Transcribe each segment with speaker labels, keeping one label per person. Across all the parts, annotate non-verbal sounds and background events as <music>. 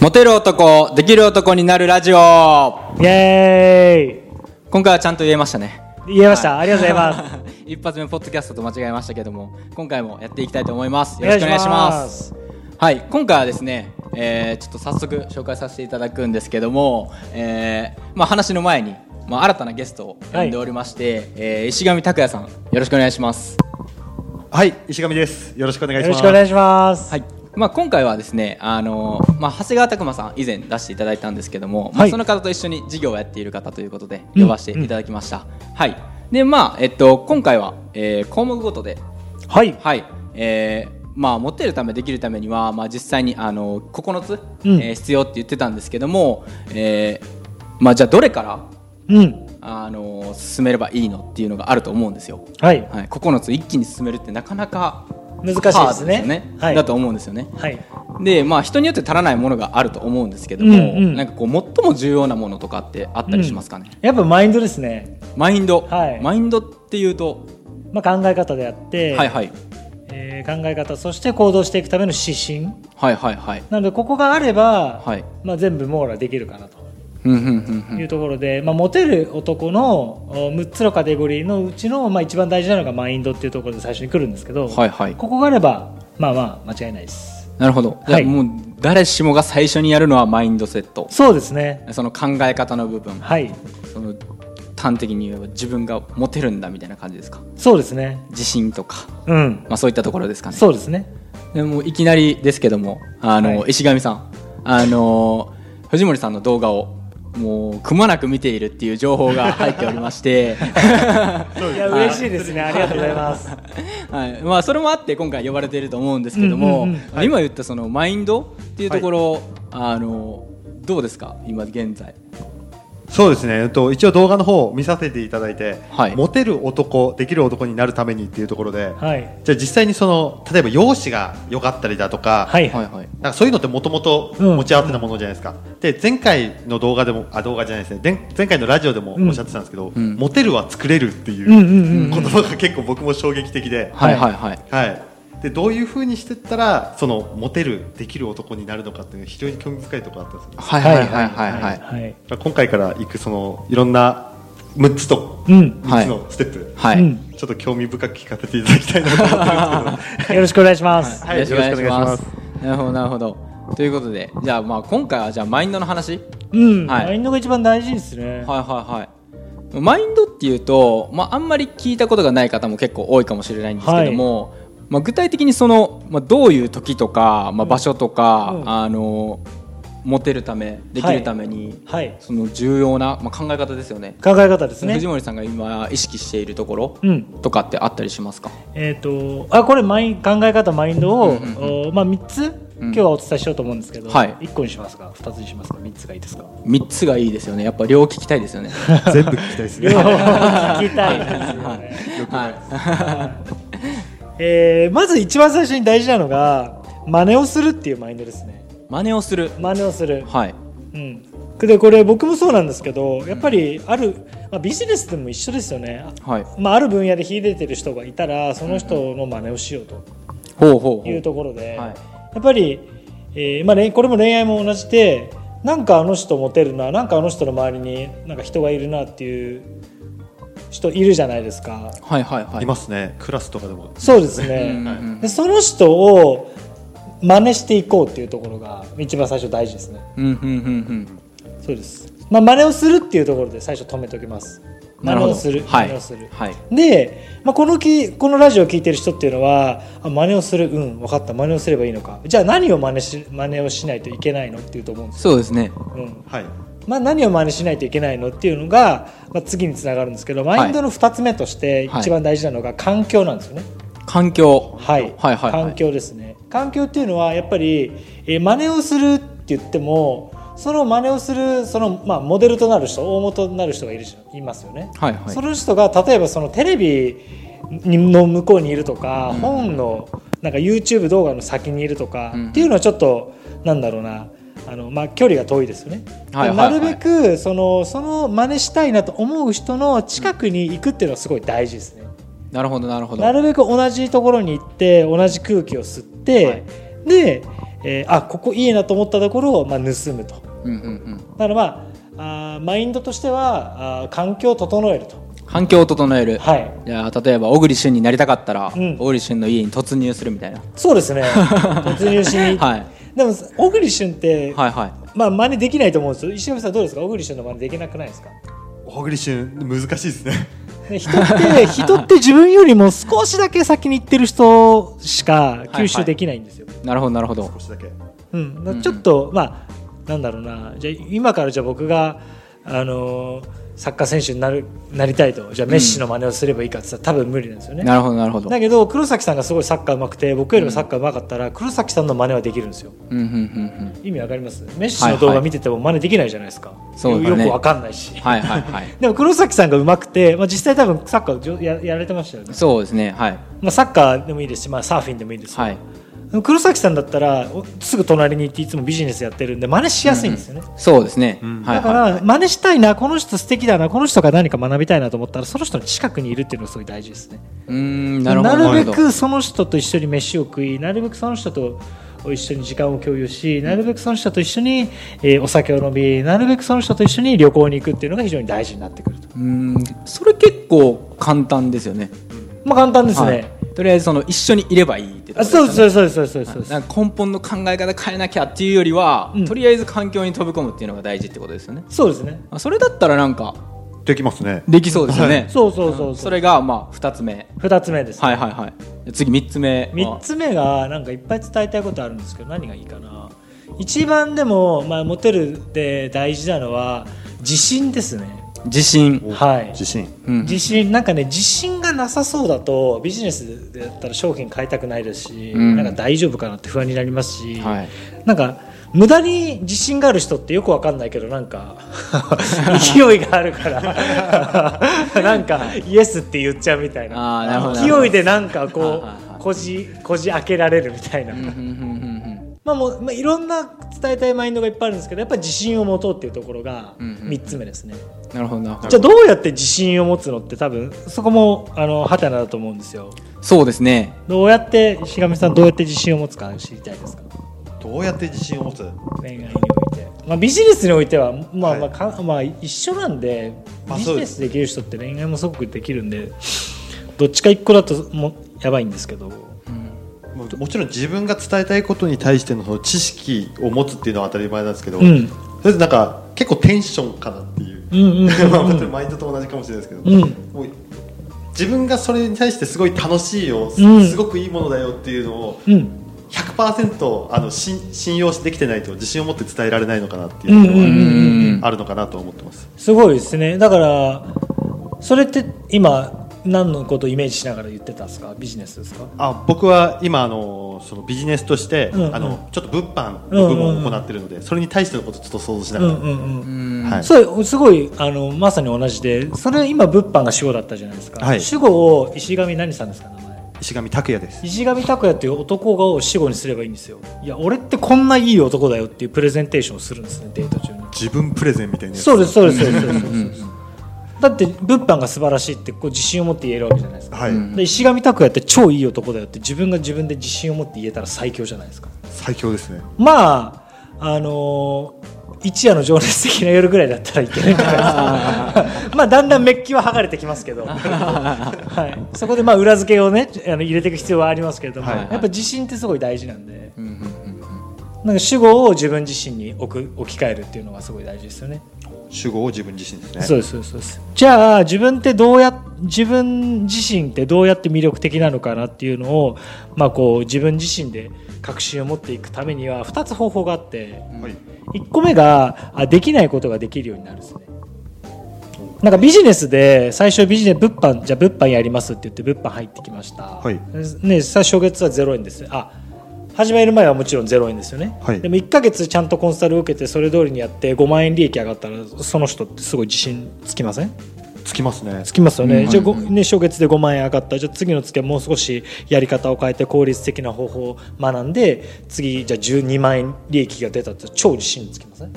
Speaker 1: モテる男、できる男になるラジオ
Speaker 2: イエ
Speaker 1: 今回はちゃんと言えましたね。
Speaker 2: ーイ言えました、ありがとうございます
Speaker 1: <laughs> 一発目、ポッドキャストと間違えましたけども、今回もやっていきたいと思います。よろしくお願いします。はい、今回はですね、えーちょっと早速紹介させていただくんですけども、えーまあ、話の前に、まあ、新たなゲストを呼んでおりまして、えー石上拓也さん、よろしくお願いします。
Speaker 3: はい、石上です。よろしくお願い
Speaker 2: よ
Speaker 3: し
Speaker 2: ろ
Speaker 3: ま
Speaker 2: し
Speaker 3: す。
Speaker 2: くお願いします、
Speaker 1: はいまあ、今回はですね、あのまあ、長谷川拓磨さん以前出していただいたんですけども、ま
Speaker 2: は
Speaker 1: あ、
Speaker 2: い
Speaker 1: その方と一緒に事業をやっている方ということで呼ばせていただきました、はいでまあえっと、今回は、えー項目ごとで、
Speaker 2: はい
Speaker 1: はいえーまあ、持ってるためできるためには、まあ、実際にあの9つ、
Speaker 2: うん
Speaker 1: えー必要って言ってたんですけども、えーまあ、じゃあどれから
Speaker 2: うん
Speaker 1: あの進めればいいのっていうのがあると思うんですよ。
Speaker 2: はい
Speaker 1: はい、9つ一気に進めるってなかなか
Speaker 2: 難しいですね
Speaker 1: ハードよ
Speaker 2: はい
Speaker 1: だと思うんですよね。
Speaker 2: はい
Speaker 1: でまあ人によって足らないものがあると思うんですけども、
Speaker 2: うんうん
Speaker 1: なんかこう最も重要なものとかってあったりしますかね、
Speaker 2: やっぱマインドですね、
Speaker 1: マインド、
Speaker 2: はい
Speaker 1: マインドっていうと、
Speaker 2: まあ、考え方であって、
Speaker 1: はいはい
Speaker 2: えー考え方そして行動していくための指針
Speaker 1: はいはいはい
Speaker 2: なのでここがあれば、
Speaker 1: はい
Speaker 2: まあ、全部網羅できるかなと
Speaker 1: ふんふんふんふ
Speaker 2: いうんところで、まあ、モテる男のお6つのカテゴリーのうちの、まあ、一番大事なのがマインドっていうところで最初に来るんですけど、
Speaker 1: はいはい
Speaker 2: ここがあればまあまあ間違いないです
Speaker 1: なるほどじゃあ
Speaker 2: はい
Speaker 1: もう誰しもが最初にやるのはマインドセット
Speaker 2: そうですね
Speaker 1: その考え方の部分
Speaker 2: はい
Speaker 1: その端的に言えば自分がモテるんだみたいな感じですか
Speaker 2: そうですね
Speaker 1: 自信とか、
Speaker 2: うん
Speaker 1: まあ、そういったところですかね
Speaker 2: そうですね
Speaker 1: でもいきなりですけどもあの、
Speaker 2: は
Speaker 1: 石上さんあの藤森さんの動画をもうくまなく見ているっていう情報が入っておりまして
Speaker 2: いや嬉しいですねありがとうございます
Speaker 1: はいまあ、それもあって今回呼ばれていると思うんですけども、
Speaker 2: うんうん
Speaker 1: あの今言ったそのマインドっていうところ、あのどうですか今現在
Speaker 3: そうですね。えっと一応動画の方を見させていただいて、
Speaker 1: はい
Speaker 3: モテる男、できる男になるためにっていうところで、
Speaker 2: はい
Speaker 3: じゃあ実際にその例えば容姿が良かったりだとか、
Speaker 2: はい
Speaker 1: は
Speaker 2: はいい
Speaker 1: はい
Speaker 3: なんかそういうのってもともと
Speaker 2: うん
Speaker 3: 持ち合わせたものじゃないですか。で前回の動画でもあ動画じゃないですね。でん前回のラジオでもおっしゃってたんですけど、
Speaker 1: ん
Speaker 3: モテるは作れるっていう
Speaker 2: うん
Speaker 3: 言
Speaker 2: うんうん
Speaker 3: 葉が結構僕も衝撃的で、
Speaker 1: はいはいはい
Speaker 3: はい。でどういう風にしてったらそのモテるできる男になるのかっていうのが非常に興味深いところだったんですよ。
Speaker 1: はいはいはいはいはい
Speaker 2: はい
Speaker 3: 今回から行くそのいろんな6つと
Speaker 2: うん
Speaker 3: 3つのステップ、
Speaker 1: はい、
Speaker 2: うん
Speaker 3: ちょっと興味深く聞かせていただきたいなと思ってるんですけど
Speaker 2: よろしくお願いします、
Speaker 3: はいよろしくお願いします
Speaker 1: なるほどなるほどということでじゃあまあ今回はじゃあマインドの話
Speaker 2: うん、
Speaker 1: はい
Speaker 2: マインドが一番大事ですね、
Speaker 1: はいはいはいマインドっていうと、まあ、あんまり聞いたことがない方も結構多いかもしれないんですけども、まあ、具体的にその、まあ、どういう時とか、まあ、場所とか、
Speaker 2: うん
Speaker 1: あのモテるためできるために、
Speaker 2: はい
Speaker 1: その重要な、まあ、考え方ですよね
Speaker 2: 考え方ですね
Speaker 1: 藤森さんが今意識しているところ
Speaker 2: うん
Speaker 1: とかってあったりしますか、
Speaker 2: えー、とあこれマイン考え方マインドを、
Speaker 1: うんうんうん
Speaker 2: おまあ、3つ、今日はお伝えしようと思うんですけど、
Speaker 1: はい
Speaker 2: 1個にしますか2つにしますか3つがいいですか
Speaker 1: 3つがいいですよねやっぱ両聞きたい
Speaker 2: <laughs>
Speaker 1: ですよね
Speaker 3: <laughs> 全部聞きたいです
Speaker 2: 両
Speaker 3: ね
Speaker 2: 方聞きたいですよね、
Speaker 1: はい
Speaker 2: えーまず一番最初に大事なのが真似をするっていうマインドですね
Speaker 1: 真似をする
Speaker 2: 真似をする、
Speaker 1: はい
Speaker 2: うん、でこれ僕もそうなんですけどやっぱりある、まあ、ビジネスでも一緒ですよね、
Speaker 1: はい
Speaker 2: まあ、ある分野で秀でてる人がいたらその人の真似をしようと
Speaker 1: ほうほうほう
Speaker 2: いうところで、
Speaker 1: はい
Speaker 2: やっぱり、えーまあ、恋これも恋愛も同じでなんかあの人モテるななんかあの人の周りになんか人がいるなっていう人いるじゃないですか
Speaker 1: はいはいはい
Speaker 3: いますねクラスとかでも
Speaker 2: そうです
Speaker 1: うんう
Speaker 2: ね、
Speaker 1: んうん
Speaker 2: でその人を真似していこうっていうところが一番最初大事ですね
Speaker 1: うんうんうん
Speaker 2: そうです、まあ、真似をするっていうところで最初止めておきます
Speaker 1: うんなる
Speaker 2: 真似
Speaker 1: ほ
Speaker 2: を
Speaker 1: ど
Speaker 2: する
Speaker 1: はい
Speaker 2: 真似をする、
Speaker 1: はい
Speaker 2: で、まあ、このきこのラジオを聞いてる人っていうのはあ真似をするうん分かった真似をすればいいのかじゃあ何を真似し真似をしないといけないのっていうと思うんです、
Speaker 1: そうですね
Speaker 2: うん
Speaker 3: はい
Speaker 2: まあ、何を真似しないといけないのっていうのが、まあ、次につながるんですけど
Speaker 1: い
Speaker 2: マインドの2つ目として
Speaker 1: はい
Speaker 2: 一番大事なのが環境なんですよね、
Speaker 1: 環境
Speaker 2: はい、
Speaker 1: はいはいはい
Speaker 2: 環境ですね環境っていうのはやっぱり、えー真似をするって言ってもその真似をするその、まあ、モデルとなる人大元となる人がいるじゃいますよね、
Speaker 1: はいはい
Speaker 2: その人が例えばそのテレビにの向こうにいるとか、
Speaker 1: うん
Speaker 2: 本のなんか YouTube 動画の先にいるとか、
Speaker 1: うん
Speaker 2: っていうのはちょっとなんだろうなあの、まあ、距離が遠いですよね、
Speaker 1: はいはいはい
Speaker 2: なるべくそのその真似したいなと思う人の近くに行くっていうのはすごい大事ですね、
Speaker 1: なるほどなるほど
Speaker 2: なるべく同じところに行って同じ空気を吸って、
Speaker 1: はい
Speaker 2: で、えーあここいいなと思ったところを、まあ、盗むと
Speaker 1: うんうんうん
Speaker 2: だからまああーマインドとしてはあー環境を整えると
Speaker 1: 環境を整える
Speaker 2: はい
Speaker 1: じゃあ例えば小栗旬になりたかったら、
Speaker 2: うん
Speaker 1: 小栗旬の家に突入するみたいな
Speaker 2: そう <laughs> ですね突入しに、
Speaker 1: はい
Speaker 2: でも小栗旬って、
Speaker 1: はいはい
Speaker 2: まあ真似できないと思うんですよ石上さんどうですか小栗旬の真似できなくないですか
Speaker 3: 小栗旬難しいですね <laughs>
Speaker 2: ね <laughs> 人って人って自分よりも少しだけ先に行ってる人しか吸収できないんですよ、
Speaker 1: なるほどなるほど
Speaker 3: 少しだけ
Speaker 2: うん、だからちょっと、まあなんだろうなじゃあ今からじゃあ僕が、あのーサッカー選手になるなりたいとじゃあメッシの真似をすればいいかって言ったら、多分無理なんですよね
Speaker 1: なるほどなるほど
Speaker 2: だけど黒崎さんがすごいサッカーうまくて僕よりもサッカーうまかったら、黒崎さんの真似はできるんですよ
Speaker 1: うんうんうん
Speaker 2: 意味わかりますメッシの動画見てても真似できないじゃないですか、
Speaker 1: そうだ
Speaker 2: よ
Speaker 1: ね
Speaker 2: くわかんないし、
Speaker 1: うんはいはいはい
Speaker 2: でも黒崎さんがうまくて、まあ、実際多分サッカーじょややられてましたよね、
Speaker 1: そうですねはい
Speaker 2: まあ、サッカーでもいいですし、まあ、サーフィンでもいいですよ、
Speaker 1: はい
Speaker 2: 黒崎さんだったらおすぐ隣に行っていつもビジネスやってるんで真似しやすいんですよね、
Speaker 1: そうですね、
Speaker 3: うん
Speaker 1: はい
Speaker 2: だか
Speaker 1: は
Speaker 2: ら真似したいなこの人素敵だなこの人が何か学びたいなと思ったらその人の近くにいるっていうのがすごい大事ですね
Speaker 1: いうーんなるほど
Speaker 2: なるべ
Speaker 1: なるほ
Speaker 2: くその人と一緒に飯を食いなるべくその人と一緒に時間を共有しなるべくその人と一緒に、えーお酒を飲みなるべくその人と一緒に旅行に行くっていうのが非常に大事になってくると
Speaker 1: どうーんそれ結構簡単ですよね
Speaker 2: まあ簡単ですね、
Speaker 1: はいとりあえずその一緒にいればいいってとこ
Speaker 2: あ
Speaker 1: ですよ
Speaker 2: そう
Speaker 1: ね
Speaker 2: ですそうですそうですそうですそうです
Speaker 1: なんか根本の考え方変えなきゃっていうよりは、
Speaker 2: うん
Speaker 1: とりあえず環境に飛び込むっていうのが大事ってことですよね
Speaker 2: そうですね
Speaker 1: あそれだったらなんか
Speaker 3: できますね
Speaker 1: できそうですよね、
Speaker 2: そうそうそうそ
Speaker 1: そうれがまあ2つ目
Speaker 2: 2つ目です、
Speaker 1: はいはいはい次3つ目
Speaker 2: 3つ目がなんかいっぱい伝えたいことあるんですけど何がいいかな一番でも、まあ、モテるで大事なのは自信ですね、
Speaker 1: 自信、
Speaker 3: お
Speaker 2: はい
Speaker 3: 自信
Speaker 1: うん
Speaker 2: 自信なんかね自信がなさそうだとビジネスだったら商品買いたくないですし、
Speaker 1: うん
Speaker 2: なんか大丈夫かなって不安になりますし、
Speaker 1: はい
Speaker 2: なんか無駄に自信がある人ってよくわかんないけどなんか <laughs> 勢いがあるから <laughs> なんかイエスって言っちゃうみたい
Speaker 1: あーなるほ
Speaker 2: な
Speaker 1: どなるほど
Speaker 2: 勢いでなんか
Speaker 1: はいは
Speaker 2: こ
Speaker 1: いはいう
Speaker 2: こじこじ開けられるみたいな、
Speaker 1: うんうんうん
Speaker 2: まあもうまあ、いろんな伝えたいマインドがいっぱいあるんですけどやっぱり自信を持とうっていうところが
Speaker 1: うんうん
Speaker 2: 3つ目ですね。
Speaker 1: うんなるほどなるほど
Speaker 2: じゃあどうやって自信を持つのって多分そこもあのハテナだと思うんですよ
Speaker 1: そうですね
Speaker 2: どうやって石上さんどうやって自信を持つか知りたいですか
Speaker 3: どうやって自信を持つ
Speaker 2: 恋愛において、まあ、ビジネスにおいてはまあ
Speaker 3: はい
Speaker 2: まあかまあ一緒なんで
Speaker 3: まあ
Speaker 2: ビ
Speaker 3: そ
Speaker 2: ジ
Speaker 3: う
Speaker 2: ネ
Speaker 3: で
Speaker 2: スできる人って恋愛もすごくできるんでどっちか一個だともうやばいんですけど
Speaker 3: もうもちろん自分が伝えたいことに対してのその知識を持つっていうのは当たり前なんですけど、
Speaker 2: うんうん
Speaker 3: とりあえずなんか結構テンションかなっていう、
Speaker 2: うんうん
Speaker 3: <laughs> まあ本当にマインドと同じかもしれないですけど、
Speaker 2: うん
Speaker 3: もう自分がそれに対してすごい楽しいよ、す
Speaker 2: うん
Speaker 3: すごくいいものだよっていうのを
Speaker 2: うん
Speaker 3: 100%あの信信用できてないと自信を持って伝えられないのかなって
Speaker 2: う
Speaker 3: い
Speaker 2: ん
Speaker 3: う
Speaker 2: う
Speaker 3: と
Speaker 2: ん
Speaker 3: こ
Speaker 2: う
Speaker 3: ろ
Speaker 2: ん
Speaker 3: は
Speaker 2: うん
Speaker 3: あるのかなと思ってます、
Speaker 2: すごいですねだからそれって今何のことをイメージしながら言ってたんですかビジネスですか
Speaker 3: あ僕は今あのそのビジネスとして、
Speaker 2: うんうん
Speaker 3: あのちょっと物販の部門を行ってるので、それに対してのことをちょっと想像しな
Speaker 2: う
Speaker 3: がら、
Speaker 2: んうんうん
Speaker 1: うん
Speaker 3: はい
Speaker 2: そうすごいあのまさに同じでそれ今物販が主語だったじゃないですか、
Speaker 3: はい
Speaker 2: 主語を石上何さんですか名前
Speaker 3: 石上拓也です
Speaker 2: 石上拓也っていう男を主語にすればいいんですよいや俺ってこんないい男だよっていうプレゼンテーションをするんですねデート中に
Speaker 3: 自分プレゼンみたいなやつ
Speaker 2: そうですそうですそうですそうです
Speaker 1: うん
Speaker 2: だって物販が素晴らしいってこう自信を持って言えるわけじゃないですか、
Speaker 3: はい、
Speaker 1: うん
Speaker 2: で石上拓也って超いい男だよって自分が自分で自信を持って言えたら最強じゃないですか
Speaker 3: 最強ですね
Speaker 2: まああのー一夜の情熱的な夜ぐらいだったらいけないんじゃないです
Speaker 3: <laughs>
Speaker 2: かまあだんだんメッキは剥がれてきますけど、はい、そこでまあ裏付けをねあの入れていく必要はありますけれども、
Speaker 3: はい
Speaker 2: やっぱ自信ってすごい大事なんで
Speaker 1: うんうんうん
Speaker 2: なんか主語を自分自身に置く置き換えるっていうのがすごい大事ですよね
Speaker 3: 主語を自分自身ですね
Speaker 2: そうですそうですそうですじゃあ自分ってどうや自分自身ってどうやって魅力的なのかなっていうのを、まあ、こう自分自身で確信を持っていくためには2つ方法があって。
Speaker 3: はい、
Speaker 2: 1個目があできないことができるようになるんですねなんかビジネスで最初ビジネス物販じゃあ物販やりますって言って物販入ってきました、
Speaker 3: い
Speaker 2: ね、最初月は0円ですあ始める前はもちろん0円ですよね、
Speaker 3: はい
Speaker 2: でも1ヶ月ちゃんとコンサルを受けてそれ通りにやって5万円利益上がったらその人ってすごい自信つきません
Speaker 3: つきますね
Speaker 2: つきますよ
Speaker 1: う
Speaker 2: ね、
Speaker 1: ん
Speaker 2: じゃあ、ご
Speaker 1: うん
Speaker 2: ね、初月で5万円上がったじゃあ次の月はもう少しやり方を変えて効率的な方法を学んで次じゃあ12万円利益が出たって超自信つきません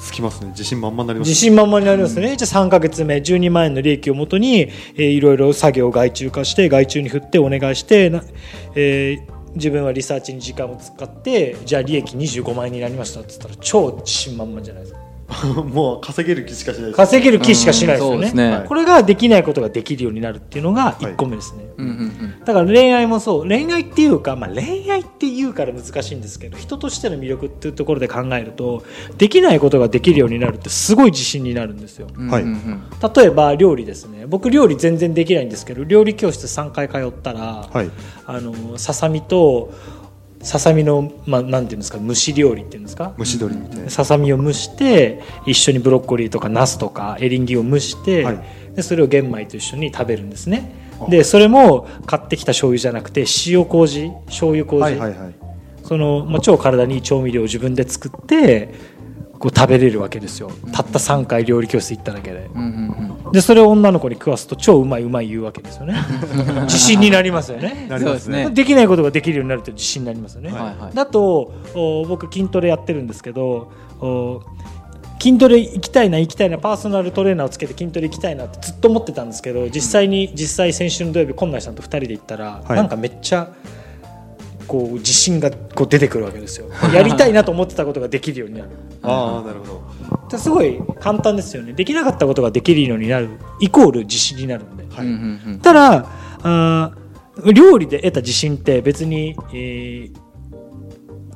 Speaker 3: つきますね自信満々になります
Speaker 2: 自信満々になりますね、じゃあ3ヶ月目12万円の利益をもとに、えーいろいろ作業を外注化して外注に振ってお願いしてな、えー自分はリサーチに時間を使ってじゃあ利益25万円になりましたって言ったら超自信満々じゃないですか
Speaker 3: <laughs> もう稼げる気しかしないです
Speaker 2: 稼げる気しかしないですよ
Speaker 1: うんそうで
Speaker 2: ね
Speaker 1: すね
Speaker 3: はい
Speaker 2: これができないことができるようになるっていうのが1個目ですね、
Speaker 1: うんうん
Speaker 2: だから恋愛もそう恋愛っていうか、まあ、恋愛っていうから難しいんですけど人としての魅力っていうところで考えるとできないことができるようになるってすごい自信になるんですよ
Speaker 1: うん。
Speaker 3: はい
Speaker 1: うんうん
Speaker 2: 例えば料理ですね僕料理全然できないんですけど料理教室3回通ったら、
Speaker 3: はい
Speaker 2: あのささみとささみの、まあ、なんていうんですか蒸し料理っていうんですか
Speaker 3: 蒸し鶏みたいな
Speaker 2: ささみを蒸して一緒にブロッコリーとかナスとかエリンギを蒸して、
Speaker 3: はい
Speaker 2: でそれを玄米と一緒に食べるんですね
Speaker 3: あ
Speaker 2: でそれも買ってきた醤油じゃなくて塩麹醤油麹、
Speaker 3: はいはいはい
Speaker 2: その、まあ、超体にいい調味料を自分で作ってこう食べれるわけですよたった3回料理教室行っただけで
Speaker 1: うんうん
Speaker 2: でそれを女の子に食わすと超うまいうまい言うわけです
Speaker 1: <laughs>
Speaker 2: よね自信になりますよね
Speaker 1: う。
Speaker 3: なんり
Speaker 1: そう
Speaker 3: ま
Speaker 1: ですす
Speaker 3: ね
Speaker 1: ね。
Speaker 2: できないことができるようになると自信になりますよね、
Speaker 1: はいはい。
Speaker 2: だとお僕筋トレやってるんですけどお筋トレ行きたいな行きたいなパーソナルトレーナーをつけて筋トレ行きたいなってずっと思ってたんですけど実際に、実際先週の土曜日こんなさんと2人で行ったら、
Speaker 3: はい
Speaker 2: なんかめっちゃこう自信がこう出てくるわけですよやりたいなと思ってたことができるようになる
Speaker 3: ああなるほど
Speaker 2: だすごい簡単ですよねできなかったことができるようになるイコール自信になるんで
Speaker 3: はい
Speaker 1: うんうん
Speaker 2: ただあー料理で得た自信って別に、えー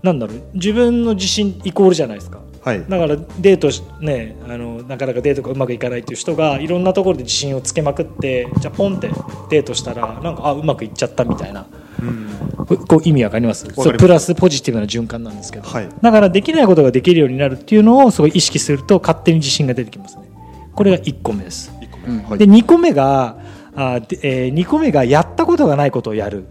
Speaker 2: なんだろう自分の自信イコールじゃないですか
Speaker 3: はい
Speaker 2: だからデートしねあのなかなかデートがうまくいかないっていう人がいろんなところで自信をつけまくってじゃあポンってデートしたらなんかあうまくいっちゃったみたいな
Speaker 3: うん
Speaker 2: ここう意味わかります
Speaker 3: ます
Speaker 2: そうプラスポジティブな循環なんですけど、
Speaker 3: はい
Speaker 2: だからできないことができるようになるっていうのをすごい意識すると勝手に自信が出てきますねこれが1個目です
Speaker 3: 一個
Speaker 1: うん
Speaker 3: 目はい
Speaker 2: で2個目があーで、え2個目がやったことがないことをやる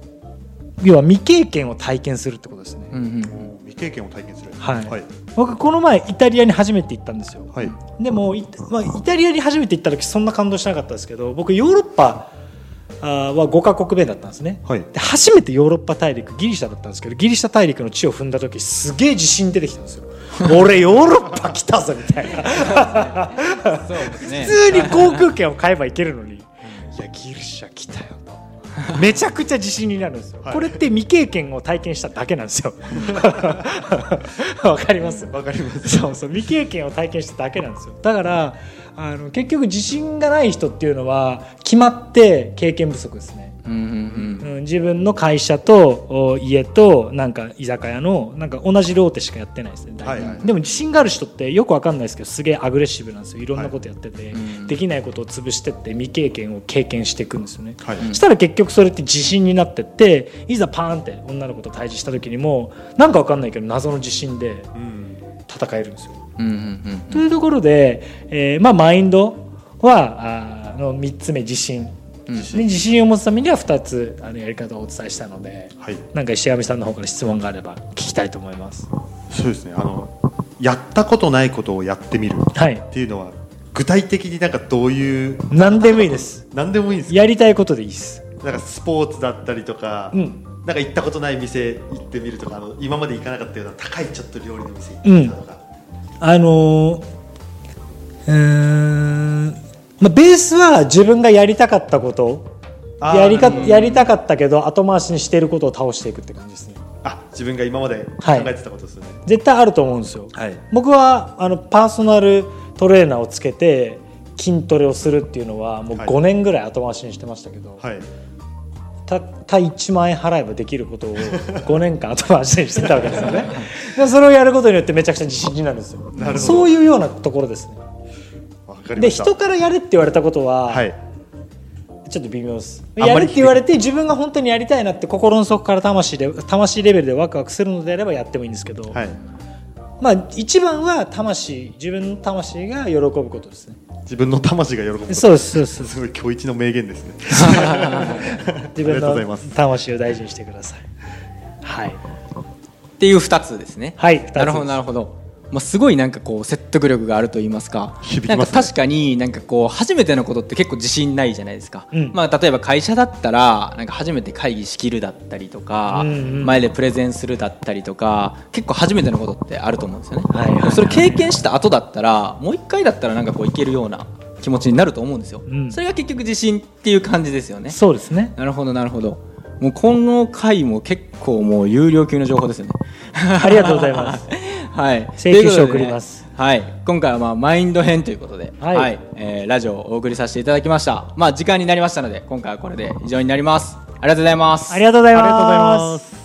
Speaker 2: 要は未経験を体験するってことですね、
Speaker 1: うんうん
Speaker 3: 未経験を体験する
Speaker 2: はい
Speaker 3: はい
Speaker 2: 僕この前イタリアに初めて行ったんですよ
Speaker 3: はい
Speaker 2: でもイ,、まあ、イタリアに初めて行った時そんな感動しなかったですけど僕ヨーロッパあーは5カ国目だったんですね
Speaker 3: はい
Speaker 2: で初めてヨーロッパ大陸ギリシャだったんですけどギリシャ大陸の地を踏んだ時すげえ自信出てきたん
Speaker 3: <laughs>
Speaker 2: ですよ俺ヨーロッパ来たぞみたいな
Speaker 1: うん。そうですね。
Speaker 2: 普通に航空券を買えば行けるのにいやギリシャ来たよとめちゃくちゃ自信になるんですよ、
Speaker 3: はい
Speaker 2: これって未経験を体験しただけなんですよ <laughs> わかります
Speaker 3: わかります
Speaker 2: そうそう未経験を体験しただけなんですよだからあの結局自信がない人っていうのは決まって経験不足ですね
Speaker 1: うんうん
Speaker 2: うん、自分の会社とお家となんか居酒屋のなんか同じローテしかやってないですね、大体
Speaker 3: はいはい
Speaker 2: でも自信がある人ってよくわかんないですけどすげえアグレッシブなんですよいろんなことやってて、
Speaker 1: うん
Speaker 2: できないことを潰してって未経験を経験していくんですよね、
Speaker 3: はい
Speaker 2: したら結局それって自信になってっていざパーンって女の子と対峙した時にもなんかわかんないけど謎の自信で
Speaker 3: うん
Speaker 2: 戦えるんですよ
Speaker 1: うん。うんうん
Speaker 2: というところで、えーまあ、マインドはあーの3つ目自信
Speaker 1: うん
Speaker 2: で自信を持つためには2つあのやり方をお伝えしたので
Speaker 3: はい
Speaker 2: なんか石上さんの方から質問があれば聞きたいと思います
Speaker 3: そうですねあのやったことないことをやってみる
Speaker 2: はい
Speaker 3: っていうのは具体的になんかどういう
Speaker 2: 何でもいいです
Speaker 3: 何でもいいんです
Speaker 2: やりたいことでいいです
Speaker 3: なんかスポーツだったりとか、
Speaker 2: うん
Speaker 3: なんか行ったことない店行ってみるとかあの今まで行かなかったような高いちょっと料理の店行ってみたとか、
Speaker 2: あのーうーん、まあ、ベースは自分がやりたかったこと
Speaker 3: あー
Speaker 2: やりか
Speaker 3: なるほど
Speaker 2: やりたかったけど後回しにしていることを倒していくって感じですね
Speaker 3: あ自分が今まで考
Speaker 2: はい
Speaker 3: えてたことですよね
Speaker 2: 絶対あると思うんですよ
Speaker 3: はい
Speaker 2: 僕はあのパーソナルトレーナーをつけて筋トレをするっていうのはもう
Speaker 3: はい
Speaker 2: 5年ぐらい後回しにしてましたけど、
Speaker 3: はい
Speaker 2: たった1万円払えばできること
Speaker 3: <laughs>
Speaker 2: を5年間後回しにしてたわけですよねでそれをやることによってめちゃくちゃ自信になるんですよ
Speaker 3: なるほど
Speaker 2: そういうようなところですね
Speaker 3: わかり
Speaker 2: で
Speaker 3: ました
Speaker 2: 人からやれって言われたことは、
Speaker 3: はい
Speaker 2: ちょっと微妙です
Speaker 3: あん
Speaker 2: や
Speaker 3: まり
Speaker 2: れって言われて自分が本当にやりたいなって心の底から魂で魂レベルでワクワクするのであればやってもいいんですけど、
Speaker 3: はい
Speaker 2: まあ一番は魂自分の魂が喜ぶことですね
Speaker 3: 自分の魂が喜ぶこと
Speaker 2: そうですそうです
Speaker 3: すごい今日一の名言ですね
Speaker 2: 自
Speaker 3: あり
Speaker 2: 分
Speaker 3: がとうござい
Speaker 2: の
Speaker 3: ます
Speaker 2: 魂を大事にしてくださいはい
Speaker 1: っていう二つですね。
Speaker 2: はい二つです
Speaker 1: なるほどなるほど。まあすごいなんかこう説得力があると言いますか。
Speaker 3: 響きますね
Speaker 1: なんか確かになんかこう初めてのことって結構自信ないじゃないですか。
Speaker 2: うん
Speaker 1: まあ例えば会社だったらなんか初めて会議仕切るだったりとか、
Speaker 2: うんうん
Speaker 1: 前でプレゼンするだったりとか、結構初めてのことってあると思うんですよね。
Speaker 2: はいはいはい
Speaker 1: でもそれ経験した後だったらもう一回だったらなんかこういけるような気持ちになると思うんですよ。
Speaker 2: うん
Speaker 1: それが結局自信っていう感じですよね。
Speaker 2: そうですね
Speaker 1: なるほどなるほど。もうこの回も結構もう有料級の情報ですよね
Speaker 2: ありがとうございます。
Speaker 1: <laughs> はい、
Speaker 2: 請求書
Speaker 1: という
Speaker 2: を
Speaker 1: ことで
Speaker 2: 送ります
Speaker 1: はい、今回はまあマインド編ということで、は
Speaker 2: はいい
Speaker 1: えーラジオをお送りさせていただきました。まあ時間になりましたので、今回はこれで以上になります。ありがとうございます。
Speaker 2: ありがとうござい
Speaker 3: ありがとうござい
Speaker 2: ま。
Speaker 3: ますす。